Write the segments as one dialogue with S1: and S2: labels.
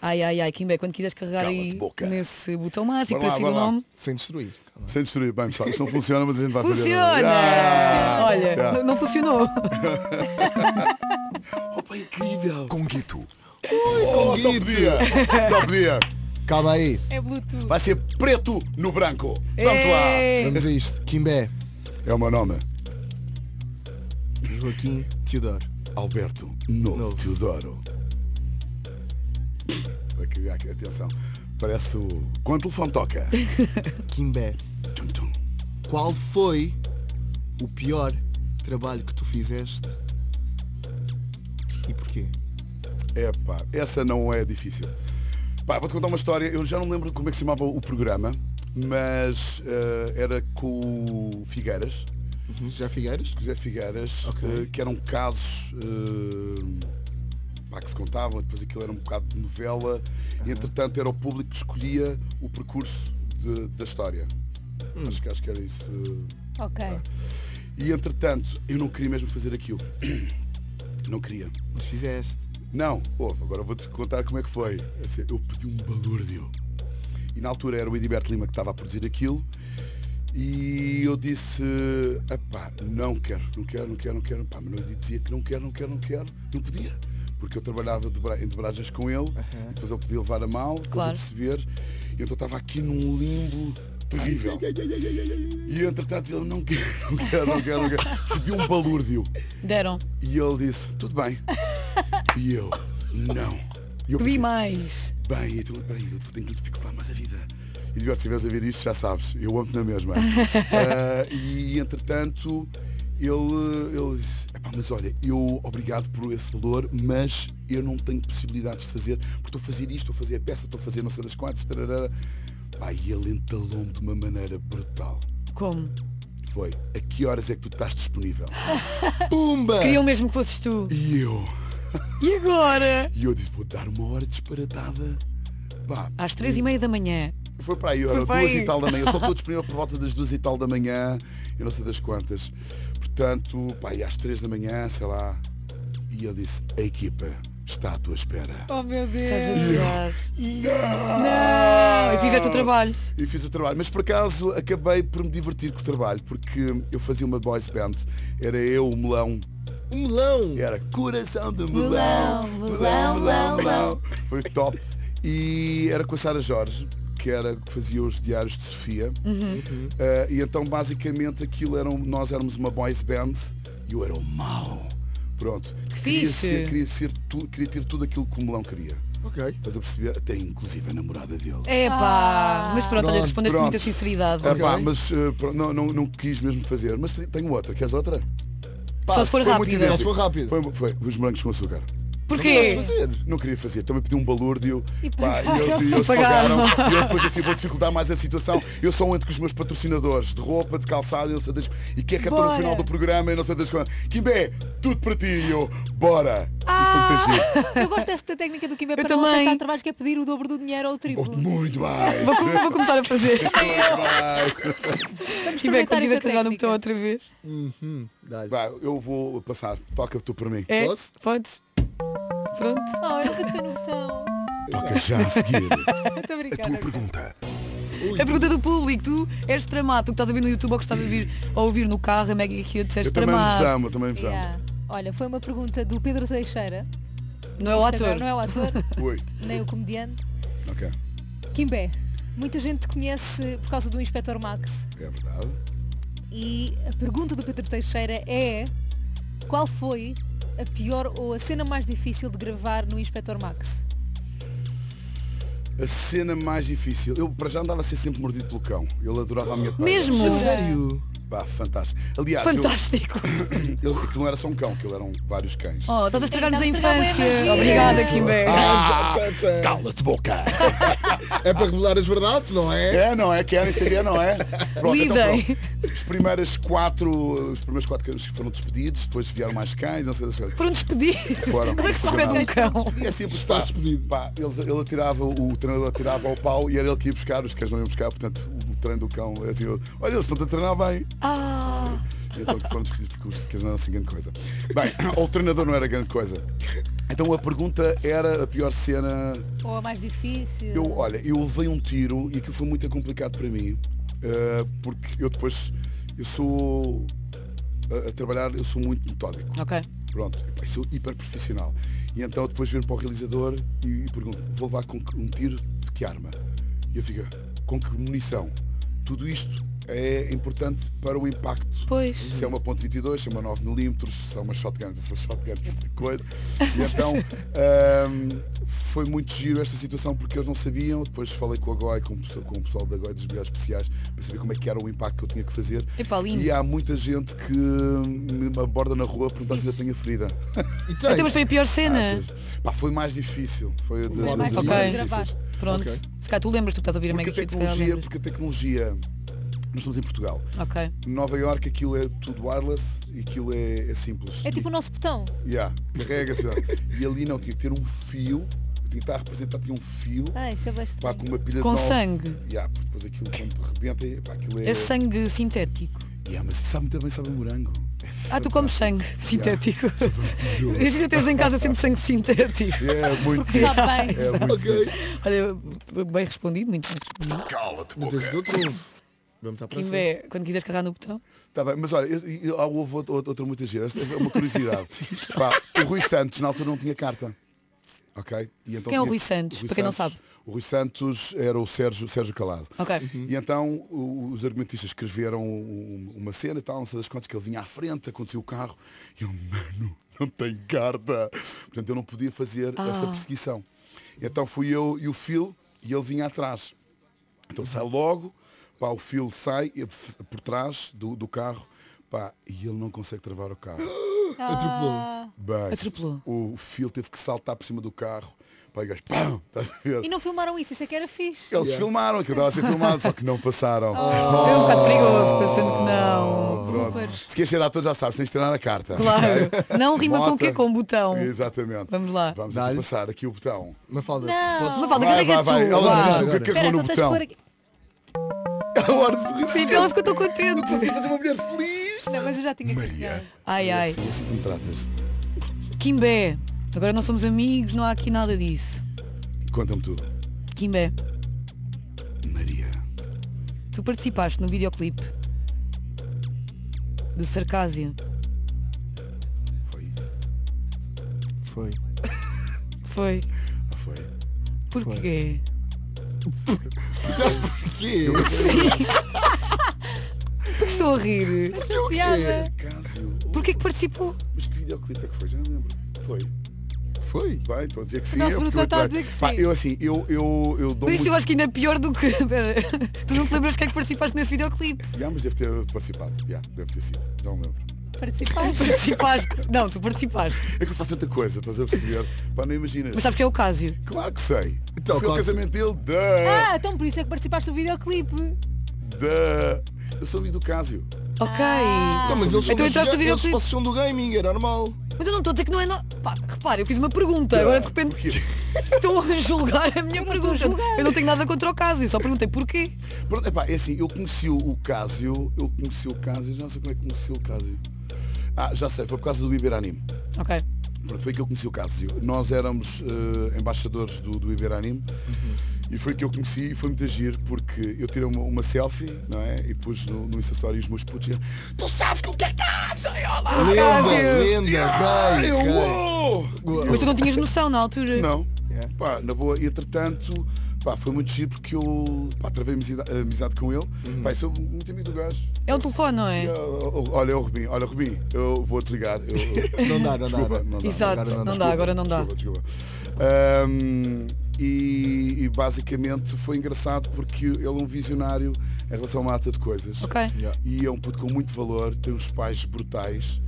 S1: Ai, ai, ai, Kimber, quando quiseres carregar
S2: Cala-te,
S1: aí
S2: boca.
S1: nesse botão mágico
S2: Vai lá,
S1: para seguir o
S2: vai lá.
S1: nome.
S3: Sem destruir. calma.
S2: Sem destruir. Bem, pessoal, isso não funciona, mas a gente vai
S1: Funciona!
S2: fazer. Ah!
S1: Olha,
S2: Yeah.
S1: não- não funcionou.
S2: Opa, incrível!
S3: Conguito.
S2: Oh, só podia! Só podia!
S3: Calma aí.
S4: É Bluetooth.
S2: Vai ser preto no branco! Vamos lá!
S1: Ei.
S3: Vamos a isto. Kimbé,
S2: É o meu nome.
S3: Joaquim Teodoro.
S2: Alberto Novo, Teodoro. Aqui, aqui, atenção. Parece o. Quando o telefone toca.
S3: Kimbé,
S2: Tum, tum.
S3: qual foi o pior trabalho que tu fizeste e porquê?
S2: Epá, essa não é difícil. Pá, vou-te contar uma história. Eu já não me lembro como é que se chamava o programa, mas eh, era com o Figueiras,
S3: Uhum, Já Figueiras?
S2: José Figueiras,
S3: Ok.
S2: eh, que eram casos eh, pá, que se contavam, depois aquilo era um bocado de novela, e entretanto era o público que escolhia o percurso de- da história. Acho, que, acho que era isso. eh,
S4: Ok.
S2: E entretanto, eu não queria mesmo fazer aquilo. Não queria.
S3: Mas fizeste.
S2: Não, ouve, agora vou-te contar como é que foi. É assim, eu pedi um balúrdio. E na altura era o Ediberto Lima que estava a produzir aquilo. E eu disse, "Epá, não quero, não quero, não quero, não quero. Pá, mas ele dizia que não quero, não quero, não quero. Não podia. Porque eu trabalhava de bra- em dobragens com ele, e depois eu podia levar a mal, depois
S1: Claro.
S2: eu perceber. E então estava aqui num limbo terrível. E entretanto ele, não quero, não quero, não quero, não quero. Pedi um balúrdio.
S1: Deram.
S2: E ele disse, tudo bem. E eu, não. E eu pensei,
S1: Pedi mais.
S2: bem, então peraí, eu tenho que lhe dificultar mais a vida. E Eduardo, se estiveres a ver isto, já sabes, eu amo-te na mesma. Ah, e entretanto, ele, ele disse, "Epá, mas olha, eu obrigado por esse valor, mas eu não tenho possibilidades de fazer, porque estou a fazer isto, estou a fazer a peça, estou a fazer não sei das quantas, tararara. Pá, e ele entalou-me de uma maneira brutal.
S1: Como?
S2: Foi, a que horas é que tu estás disponível?
S3: Pumba!
S1: Queriam mesmo que fosses tu.
S2: E eu,
S1: E agora?
S2: E eu disse, vou dar uma hora disparatada. Pá,
S1: Às três e meia da manhã.
S2: foi para aí, era
S1: para
S2: duas
S1: aí.
S2: e tal da manhã. Eu só estou disponível por volta das duas e tal da manhã, eu não sei das quantas. Portanto, pá, e às três da manhã, sei lá. E ele disse, a equipa está à tua espera.
S4: Oh meu
S1: Estás a
S4: Deus.
S1: gozar. Ah,
S2: Não!
S1: E fizeste o trabalho.
S2: E fiz o trabalho, mas por acaso acabei por me divertir com o trabalho, porque eu fazia uma boys band, era eu, o melão,
S3: O melão!
S2: Era coração de melão, melão, melão, melão. Foi top. E era com a Sara Jorge, que era que fazia os diários de Sofia.
S1: Uhum.
S2: Eh, e então basicamente aquilo eram, nós éramos uma boys band e eu era o mau. Pronto. Que queria
S1: fixe.
S2: ser, queria ser tudo, queria ter tudo aquilo que o melão queria.
S3: Ok.
S2: Estás a perceber? Até inclusive a namorada dele.
S1: É Epá,
S4: Ah.
S1: mas pronto, olha,
S3: Pronto,
S1: respondeste com muita
S2: pronto.
S1: sinceridade.
S2: Ah, pá,
S3: Ok.
S2: mas eh, pronto, não, não, não quis mesmo fazer. Mas te- tenho outra. Queres outra? Pá,
S1: Só se for
S2: foi muito
S1: rápida.
S2: idêntico.
S3: Só se for rápida.
S2: Foi, foi os morangos com açúcar.
S1: Porquê?
S3: Mas fazer.
S2: Não queria fazer, também pedi um balúrdio
S4: E
S2: pá, e
S4: pagaram.
S2: eles, e eles
S1: Pagaram.
S2: pagaram. E eu depois assim vou dificultar mais a situação. Eu só ando com os meus patrocinadores de roupa, de calçado, e não sei das... e que é cartão no
S4: Bora.
S2: final do programa e não sei das quantas. Kimbé, tudo para ti e eu, bora! E foi muito giro.
S4: Eu gosto desta técnica do Kimber
S1: Eu
S4: para não
S1: também.
S4: aceitar trabalhos que é pedir o dobro do dinheiro ou o triplo.
S2: Oh, muito mais!
S1: Vou, vou começar a fazer.
S2: Muito mais.
S1: E bem, quando
S4: experimentar
S1: tiveres
S4: essa
S1: carregado no
S4: técnica.
S1: botão outra vez.
S3: Dá-lhe.
S2: Vá, eu vou passar. Toca tu para mim.
S1: É?
S3: Posso?
S1: Podes? Pronto.
S4: Oh, eu nunca toquei no botão.
S2: Toca já a seguir
S4: Eu Estou
S2: a
S4: a brincar.
S2: tua pergunta.
S1: A pergunta do público, tu és tramado, tu que estás a ver no YouTube ou que estás a ouvir, a ouvir no carro, a Mega aqui
S2: Eu
S1: disseste
S2: também vos
S1: tramado.
S2: amo, eu também vos amo.
S4: Yeah. Olha, foi uma pergunta do Pedro Seixeira.
S1: Não é o
S4: Isto agora
S1: ator.
S4: Não é o ator,
S2: Oi.
S4: nem o comediante.
S2: Ok,
S4: Kimbé. Muita gente te conhece por causa do Inspector Max.
S2: é verdade.
S4: E a pergunta do Pedro Teixeira é qual foi a pior ou a cena mais difícil de gravar no Inspector Max?
S2: A cena mais difícil. Eu para já andava a ser sempre mordido pelo cão. Ele adorava a minha pele.
S1: Mesmo?
S3: Sério?
S2: Pá, fantástico. Aliás, eu-
S1: Fantástico.
S2: ele, aquilo não era só um cão, aquilo eram vários cães.
S1: Oh, estás a estragar-nos a
S4: Sim, estás a
S1: infância.
S4: estragar a magia.
S1: Obrigada, Kimber.
S3: Ah, tchá, tchá, tchá.
S2: Cala-te boca!
S3: É para revelar as verdades, não é?
S2: É, não é? Querem saber, não é? Pronto,
S1: Lidem.
S2: pronto. Os primeiros quatro, os primeiros quatro cães que foram despedidos, depois vieram mais cães, não sei das coisas.
S1: Foram despedidos.
S2: Foram.
S1: um Como é que se despede um cão?
S2: É simples, está despedido. Pá, ele, ele atirava, o treinador atirava ao pau e era ele que ia buscar, os cães não iam buscar, portanto o, o treino do cão é assim, eu, olha, eles estão a treinar bem.
S1: Ah,
S2: E Então que foram despedidos porque os cães não eram assim grande coisa. Bem, ou o treinador não era grande coisa. Então a pergunta era a pior cena.
S4: Ou a mais difícil?
S2: Eu, olha, eu levei um tiro e aquilo foi muito complicado para mim. eh, porque eu depois, eu sou, a, a trabalhar, eu sou muito metódico.
S1: Ok.
S2: Pronto, epá, sou hiper profissional. E então depois venho para o realizador e, e pergunto, vou levar com que- um tiro de que arma? E ele fica, com que munição? Tudo isto é importante para o impacto.
S1: Pois.
S2: Se é uma ponto 22, se é uma 9mm, se é uma shotgun, se é uma shotgun, que coisa. E então ahm, foi muito giro esta situação porque eles não sabiam. Depois falei com a GOI, com o pessoal, com o pessoal da GOI dos Brigados Especiais, para saber como é que era o impacto que eu tinha que fazer.
S1: Epá, lindo.
S2: E há muita gente que me aborda na rua a perguntar se ainda tenho a ferida.
S3: E tens?
S1: Então, mas foi a pior cena.
S2: Achas? Pá, foi mais difícil. Foi a de,
S4: Foi mais
S2: das
S1: difícil de
S2: difíceis.
S4: gravar.
S1: Pronto.
S2: Ok.
S1: Se calhar tu lembras, tu que estás a ouvir
S2: Porque a
S1: a Mega Hit, se calhar
S2: tecnologia,
S1: lembras.
S2: porque a tecnologia, nós estamos em Portugal.
S1: Ok.
S2: Em Nova Iorque aquilo é tudo wireless e aquilo é, é simples.
S4: É tipo o nosso botão.
S2: Yeah, carrega-se. e ali não, tinha que ter um fio, tinha que estar a representar, tinha um fio,
S4: Ah, isso é
S2: pá,
S4: bastante.
S2: com uma pilha
S1: Com
S2: de nove.
S1: sangue.
S2: Yeah, porque depois aquilo quando arrebenta, e, pá, aquilo é.
S1: É sangue sintético.
S2: Yeah, mas isso sabe muito bem, sabe a morango. É
S1: Ah, tu comes sangue sintético.
S2: vampiro.
S1: Eu ainda tens em casa sempre sangue sintético.
S2: É muito
S4: Sabe
S2: fixe.
S4: bem.
S2: É muito
S3: Ok.
S2: fixe.
S1: Olha, bem respondido, muito bem respondido.
S3: Não tens o trunfo. Vamos à próxima.
S1: Kimbé, quando quiseres carregar no botão.
S2: Tá bem, mas olha, eu, eu, há- houve outra, outra- outra muita gira. Esta é uma curiosidade. Pá, o Rui Santos na altura não tinha carta. Ok? E então
S1: Quem é o
S2: tinha-
S1: Rui Santos? Para quem não
S2: Santos-
S1: sabe.
S2: O Rui Santos era o Sérgio, Sérgio Calado.
S1: Ok.
S2: E então o- os argumentistas escreveram um- uma cena e tal, não sei das quantas, que ele vinha à frente, aconteceu o carro, e eu, mano, não tenho carta. Portanto, eu não podia fazer essa perseguição. Então fui eu e o Phil, e ele vinha atrás. Então sai logo, pá, o Phil sai eh, f- por trás do, do carro, pá, e ele não consegue travar o carro.
S3: Atropelou.
S2: Bem,
S1: Atropelou.
S2: O Phil teve que saltar por cima do carro, pá, e o gajo, pam, estás a ver?
S4: E não filmaram isso, isso é que era fixe.
S2: Eles filmaram, aquilo estava a ser filmado, só que não passaram.
S1: É um bocado perigoso, parecendo que não.
S2: Pronto.
S4: Pois.
S2: Se queres cheirar todos já sabes, tens de treinar a carta.
S1: Claro. Não rima com o quê?
S2: Bota.
S1: Com botão.
S2: Exatamente.
S1: Vamos lá.
S2: Vamos
S3: Dá-lhe.
S2: aqui passar aqui o botão.
S3: Uma falda.
S4: Não.
S1: Mas Valda,
S2: Vai, vai,
S1: carrega
S2: vai.
S1: tu.
S2: Ela
S1: vá.
S2: diz nunca
S4: Espera,
S2: carregou no
S4: então tens de
S2: botão.
S4: pôr aqui.
S2: A hora de sorrir.
S1: Sim, então ela ficou tão contente.
S2: fazer uma mulher feliz.
S4: Não, mas eu já tinha
S2: Maria.
S4: carregado.
S1: Ai,
S2: É
S1: ai.
S2: assim, é assim que me tratas.
S1: Kimbé. Agora não somos amigos, não há aqui nada disso.
S2: Conta-me tudo.
S1: Kimbé,
S2: Maria.
S1: tu participaste no videoclipe do Sarcásia.
S2: Foi.
S3: Foi.
S1: Foi.
S2: Ah, foi.
S1: Porquê?
S3: Mas porquê?
S1: Porque estou a rir.
S2: é
S4: Piada.
S2: Cássio.
S1: Porquê que participou?
S2: Mas que videoclipe é que foi? Já não lembro. Foi.
S3: Foi.
S2: Bem, estou a dizer que sim.
S4: Não,
S2: é
S4: se
S2: porque
S4: perguntou,
S2: eu
S4: está a
S2: trato.
S4: dizer que
S2: Pá,
S4: sim.
S2: Eu assim, eu, eu, eu dou
S1: Por isso eu
S2: muito...
S1: acho que ainda é pior do que. Espera. Tu não te lembras que é que participaste nesse videoclipe?
S2: Já, mas deve ter participado. Já, deve ter sido. Já não lembro.
S4: Participaste.
S1: Participaste. Não, tu participaste.
S2: É que eu faço tanta coisa, estás a perceber? Pá, não imaginas.
S1: Mas sabes que é o Cásio?
S2: Claro que sei.
S3: Então,
S2: Foi o
S3: claro que-
S2: casamento dele. Da,
S4: Ah, então por isso é que participaste do videoclipe.
S2: da. Eu sou amigo do Cásio.
S1: Ok.
S3: Não, mas eles são
S1: Então entraste
S3: da
S1: no
S3: giga- eles
S1: videoclipe.
S3: vocês são do gaming, é normal.
S1: Mas eu não estou a dizer que não é. No... Pá, repara, eu fiz uma pergunta, agora de repente
S2: Porquê?
S1: estão a julgar a minha
S4: Eu não estou a
S1: pergunta.
S4: julgar.
S1: eu não tenho nada contra o caso, eu só perguntei porquê.
S2: Pronto, epá, é assim, eu conheci o- o Cásio, eu conheci o Cásio, já não sei como é que conheci o Cásio. Ah, já sei, foi por causa do Iberanime.
S1: Ok.
S2: Pronto, foi que eu conheci o Cásio. Nós éramos eh, embaixadores do, do Iberanime
S1: Uhum.
S2: e foi que eu conheci e foi muito agir porque eu tirei uma, uma selfie, não é? E pus no, no Insta Story e os meus putos e tu sabes com o que é que estás? Ai, olá!
S3: Lenda,
S1: Ah, Cássio.
S3: lenda,
S2: Ai,
S3: rei,
S2: eu,
S3: rei.
S2: uou!
S1: Mas tu não tinhas noção na altura.
S2: Não.
S3: Yeah.
S2: Pá, na boa, e, entretanto, pá, foi muito giro porque eu pá, travei amizida- amizade com ele. Pá, e sou muito amigo do gajo.
S1: É um telefone, não é?
S2: Ah, ah, ah, Olha, o Rubim, olha, Rubim, eu vou desligar. Eu, eu-
S3: Não dá, não dá.
S2: Desculpa,
S3: não
S2: não
S3: dá.
S2: dá.
S1: Exato,
S3: Agora não
S1: não,
S3: dá.
S1: dá, agora não dá.
S2: Desculpa, desculpa. Ahm, e, e basicamente foi engraçado porque ele é um visionário em relação a uma ata de coisas.
S1: Ok.
S3: Yeah.
S2: E é um puto com muito valor, tem uns pais brutais.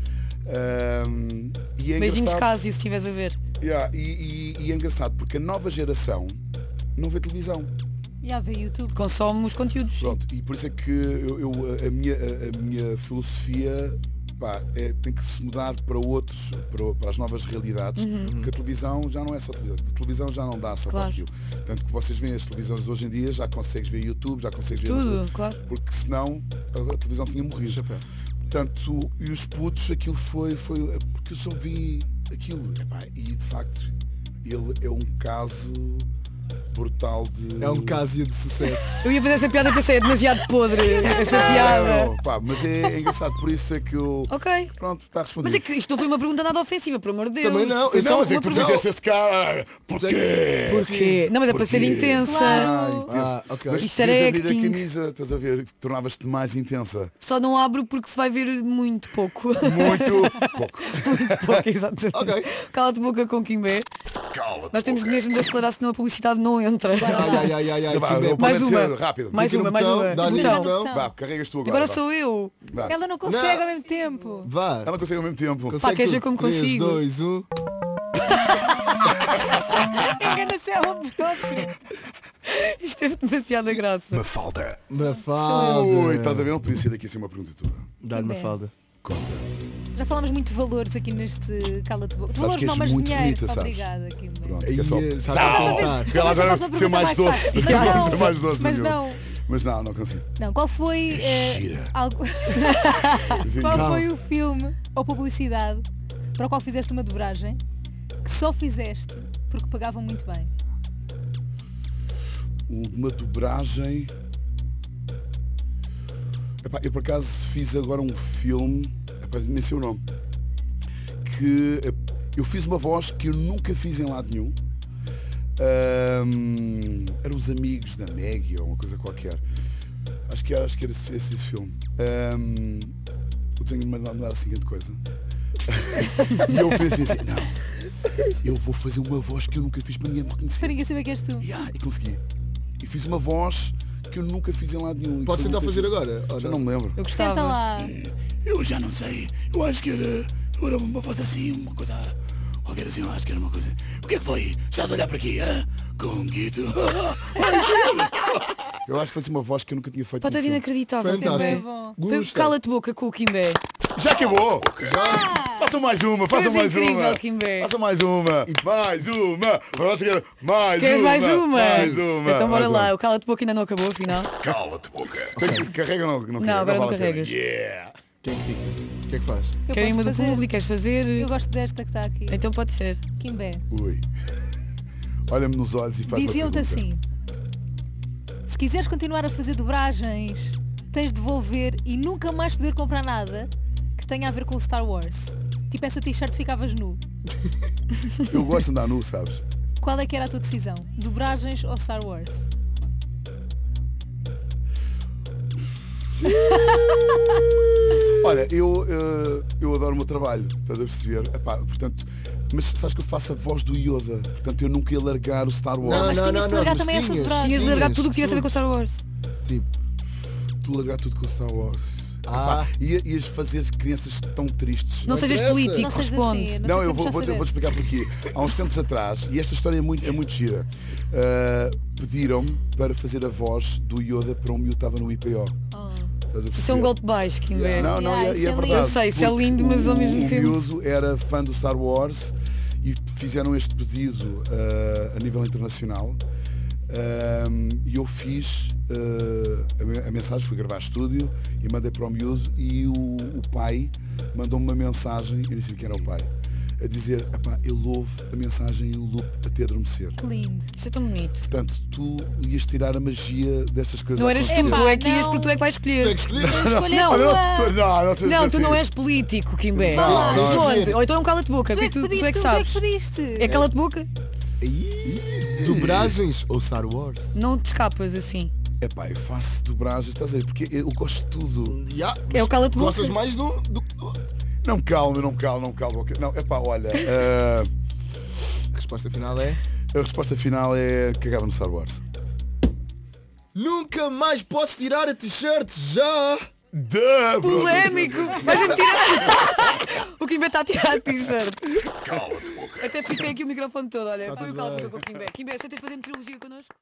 S2: Ahm, e é
S1: Beijinhos,
S2: engraçado-
S1: Cásio, se estiveres a ver.
S2: Yeah, e, e- e é engraçado porque a nova geração não vê televisão.
S4: Já veio YouTube.
S1: Consome os conteúdos.
S2: Pronto, e por isso é que eu, eu- a, minha, a, a minha filosofia pá, é, tem que se mudar para outros, para, o- para as novas realidades, porque a televisão já não é só televisão, a televisão já não dá só
S1: Uhum. Claro.
S2: para aquilo. Tanto que vocês veem as televisões hoje em dia, já consegues ver YouTube, já consegues ver
S1: Tudo, claro.
S2: porque senão a, a televisão tinha morrido. Portanto, e os putos, aquilo foi, foi é porque eu só vi aquilo. Epá, e de facto, ele é um caso brutal de.
S3: É um caso de sucesso.
S1: Eu ia fazer essa piada e pensei, é demasiado podre essa piada.
S2: Não, pá, mas é, é engraçado, por isso é que eu.
S1: Ok.
S2: Pronto, está respondido.
S1: Mas é que isto não foi uma pergunta nada ofensiva, por amor de Deus.
S3: Também não,
S1: Foi só
S2: Não, mas é
S1: uma
S2: que tu
S1: pergunta.
S2: fizeste esse cara. Porquê?
S1: Porquê? Não, mas é para ser
S2: Porquê?
S1: intensa.
S2: Ah,
S4: Claro.
S2: intensa.
S3: Ah, ok.
S2: Mas
S1: Isto
S2: podias
S1: era
S2: abrir
S1: acting.
S2: a camisa, estás a ver? Tornavas-te mais intensa.
S1: Só não abro porque se vai ver muito pouco.
S2: Muito pouco.
S1: pouco exatamente.
S3: Ok.
S1: Cala-te boca com Kimbé. Nós temos mesmo de acelerar, senão a publicidade não entra.
S3: Ai, ai, ai, ai, é ai.
S2: Vá,
S3: que
S2: eu
S3: medo.
S2: posso
S1: Mais
S2: dizer,
S1: uma.
S2: Rápido.
S1: Mais
S2: Clica
S1: uma,
S3: é
S2: no
S1: mais
S2: botão,
S1: uma.
S3: dá
S1: No
S3: ali
S1: botão.
S3: no botão.
S2: Vá, carregas tu agora.
S1: Agora
S2: vá.
S1: sou eu.
S2: Vá.
S4: Ela não consegue
S3: Não.
S4: ao mesmo tempo.
S3: Vá.
S2: Ela consegue ao mesmo tempo.
S1: Pá, queres ver como consigo?
S3: 3, 2, 1.
S1: Engana-se ela própria. Isto teve demasiada graça.
S2: Mafalda. Ui, estás
S3: Mafalda.
S2: a ver? Não podia ser daqui assim uma pergunta tua.
S3: Dar-me a falda.
S2: Conta.
S4: Já falámos muito de valores aqui neste cala de boca.
S2: Sabes
S4: valores
S2: que és
S4: não, mas
S2: muito
S4: dinheiro.
S2: bonita, sabes?
S4: Obrigada, Kimber.
S2: Pronto,
S3: Aí,
S2: é só.
S3: eh, já está
S2: Tá.
S3: a faltar.
S2: Ela
S4: Só
S2: agora
S4: faço uma
S2: ser
S4: pergunta
S2: mais
S4: mais
S2: doce.
S4: fácil.
S2: Ela
S4: Mas
S2: quis ser
S4: não,
S2: mais doce,
S4: mas
S2: meu.
S4: não.
S2: Mas não, não consigo.
S4: Não, qual foi. eh,
S2: Gira.
S4: algo-
S2: Assim,
S4: qual
S2: calma.
S4: foi o filme ou publicidade para o qual fizeste uma dobragem que só fizeste porque pagavam muito bem?
S2: uma dobragem. Epá, eu por acaso fiz agora um filme, epá, nem sei o nome, que eh, eu fiz uma voz que eu nunca fiz em lado nenhum. Ahm, eram os amigos da Maggie ou uma coisa qualquer. Acho que era, acho que era esse, esse filme. Ahm, o desenho não era assim grande coisa. e eu pensei assim, não, eu vou fazer uma voz que eu nunca fiz para ninguém me reconhecer.
S4: Para ninguém saber que és tu.
S2: Yeah, e consegui. E fiz uma voz que eu nunca fiz em lado nenhum.
S3: Podes
S2: Isso
S3: tentar
S2: nunca
S3: fazer
S2: fiz.
S3: agora? ou
S2: Já não me lembro.
S1: Eu
S4: Tenta
S1: gostava.
S4: lá.
S2: Eu já não sei. Eu acho que era, eu era uma voz assim, uma coisa. Qualquer assim, eu acho que era uma coisa. O que é que foi? Estás a olhar para aqui, hã? Com um guito. eu acho que foi assim uma voz que eu nunca tinha feito.
S1: Pá, tu
S2: num
S1: és
S2: filme.
S1: inacreditável.
S4: Kimbé é
S3: Fantástico.
S4: bom.
S1: Kimbé.
S3: Gusta.
S1: Cala-te boca com o Kimbé.
S2: Já acabou! Façam mais uma, façam
S1: és
S2: mais
S1: Ah! incrível,
S2: uma.
S1: Kimber.
S2: Façam mais uma. Mais uma. Agora se quer- Mais
S1: Queres
S2: uma.
S1: mais uma?
S2: Mais uma.
S1: Então bora
S2: mais
S1: lá,
S2: uma.
S1: o cala-te boca ainda não acabou, afinal.
S2: Cala-te, boca. Tem- Carrega ou não? Não, carrega?
S1: agora não
S2: vale a pena.
S1: carregas.
S2: Yeah.
S3: Quem fica? O que é que faz?
S4: Eu
S1: Querem
S4: posso
S1: uma do
S4: fazer.
S1: público, queres fazer?
S4: Eu gosto desta que está aqui.
S1: Então pode ser.
S4: Kimbé.
S2: Ui. Olha-me nos olhos e faz uma
S4: Diziam-te
S2: pergunta.
S4: assim: se quiseres continuar a fazer dobragens, tens de devolver e nunca mais poder comprar nada que tenha a ver com o Star Wars. Tipo essa t-shirt ficavas nu.
S1: assim.
S2: Eu gosto de andar nu, sabes?
S4: Qual é que era a tua decisão? Dobragens ou Star Wars?
S2: Olha, eu, eh, eu adoro o meu trabalho, estás a perceber? Epá, portanto, mas sabes que eu faço a voz do Yoda, portanto eu nunca ia largar o Star Wars.
S4: mas tinhas de largar também essa de braço.
S1: Tinhas de largar tudo o que tivesse a ver com o Star Wars.
S3: Tipo,
S2: Tu largar tudo com o Star Wars.
S3: Ah.
S2: Epá, ia- ias fazer crianças tão tristes.
S1: Não
S3: Não
S1: sejas
S3: interessa.
S1: político,
S4: Não sejas
S1: Tipo, responde.
S4: assim,
S2: Não,
S4: sei
S2: eu
S4: como
S2: vou,
S4: já
S2: vou,
S4: saber.
S2: vou explicar porquê. Há uns tempos atrás, e esta história é muito, é muito gira, eh, pediram-me para fazer a voz do Yoda para um miúdo que estava no IPO.
S4: Oh.
S2: Estás a
S1: Isso é
S2: perceber?
S1: um golpe baixo, Kimbé.
S2: Não, não, e é,
S4: Yeah,
S2: e
S4: isso
S2: é
S4: é
S2: verdade.
S4: lindo.
S1: Eu sei, isso é
S2: porque
S1: lindo, mas ao
S2: o-
S1: mesmo tempo-
S2: O miúdo era fã do Star Wars e fizeram este pedido ah, a nível internacional. Ahm, e eu fiz ah, a me- a mensagem, fui gravar estúdio e mandei para o miúdo e o, o pai mandou-me uma mensagem, eu disse que era o pai, a dizer, "Epá, ele ouve a mensagem em loop até adormecer.
S4: Que lindo.
S1: Isso é tão bonito.
S2: Portanto, tu ias tirar a magia destas coisas.
S1: Não
S2: a
S1: eras tu,
S2: acontecer.
S4: Epá,
S1: tu é que ias
S4: não.
S1: porque tu é que vais
S3: tu é
S1: escolher.
S3: que escolheste?
S4: Escolha
S1: Não,
S4: tua.
S2: Eu não- tu- não, não,
S1: Não, tu não
S2: assim.
S1: és político, Kimbé.
S2: Não, não, não.
S1: Responde. Ou então é um cala-te boca.
S4: Tu é que
S1: tu,
S4: pediste,
S1: é que
S4: tu é
S1: sabes.
S4: que pediste.
S1: É cala-te boca?
S3: Ih, Dobragens ou Star Wars?
S1: Não te escapas assim.
S2: Epá, eu faço dobragens, estás a ver? Porque eu gosto de tudo.
S3: Yeah,
S1: É o cala-te boca.
S3: Gostas mais do, do que do outro?
S2: Não me calmo, eu não me calmo, não me calmo. ok? Não, epá, olha, ah,
S3: A resposta final é...
S2: a resposta final é cagava no Star Wars.
S3: Nunca mais podes tirar a t-shirt já!
S2: Duh, bro.
S1: Polémico! Mas a tirar. o Kimbé está a tirar a t-shirt. Até piquei aqui o microfone todo, olha. Foi o cala-te boca com o Kimbé. Kimbé, aceitas fazer meteorologia connosco?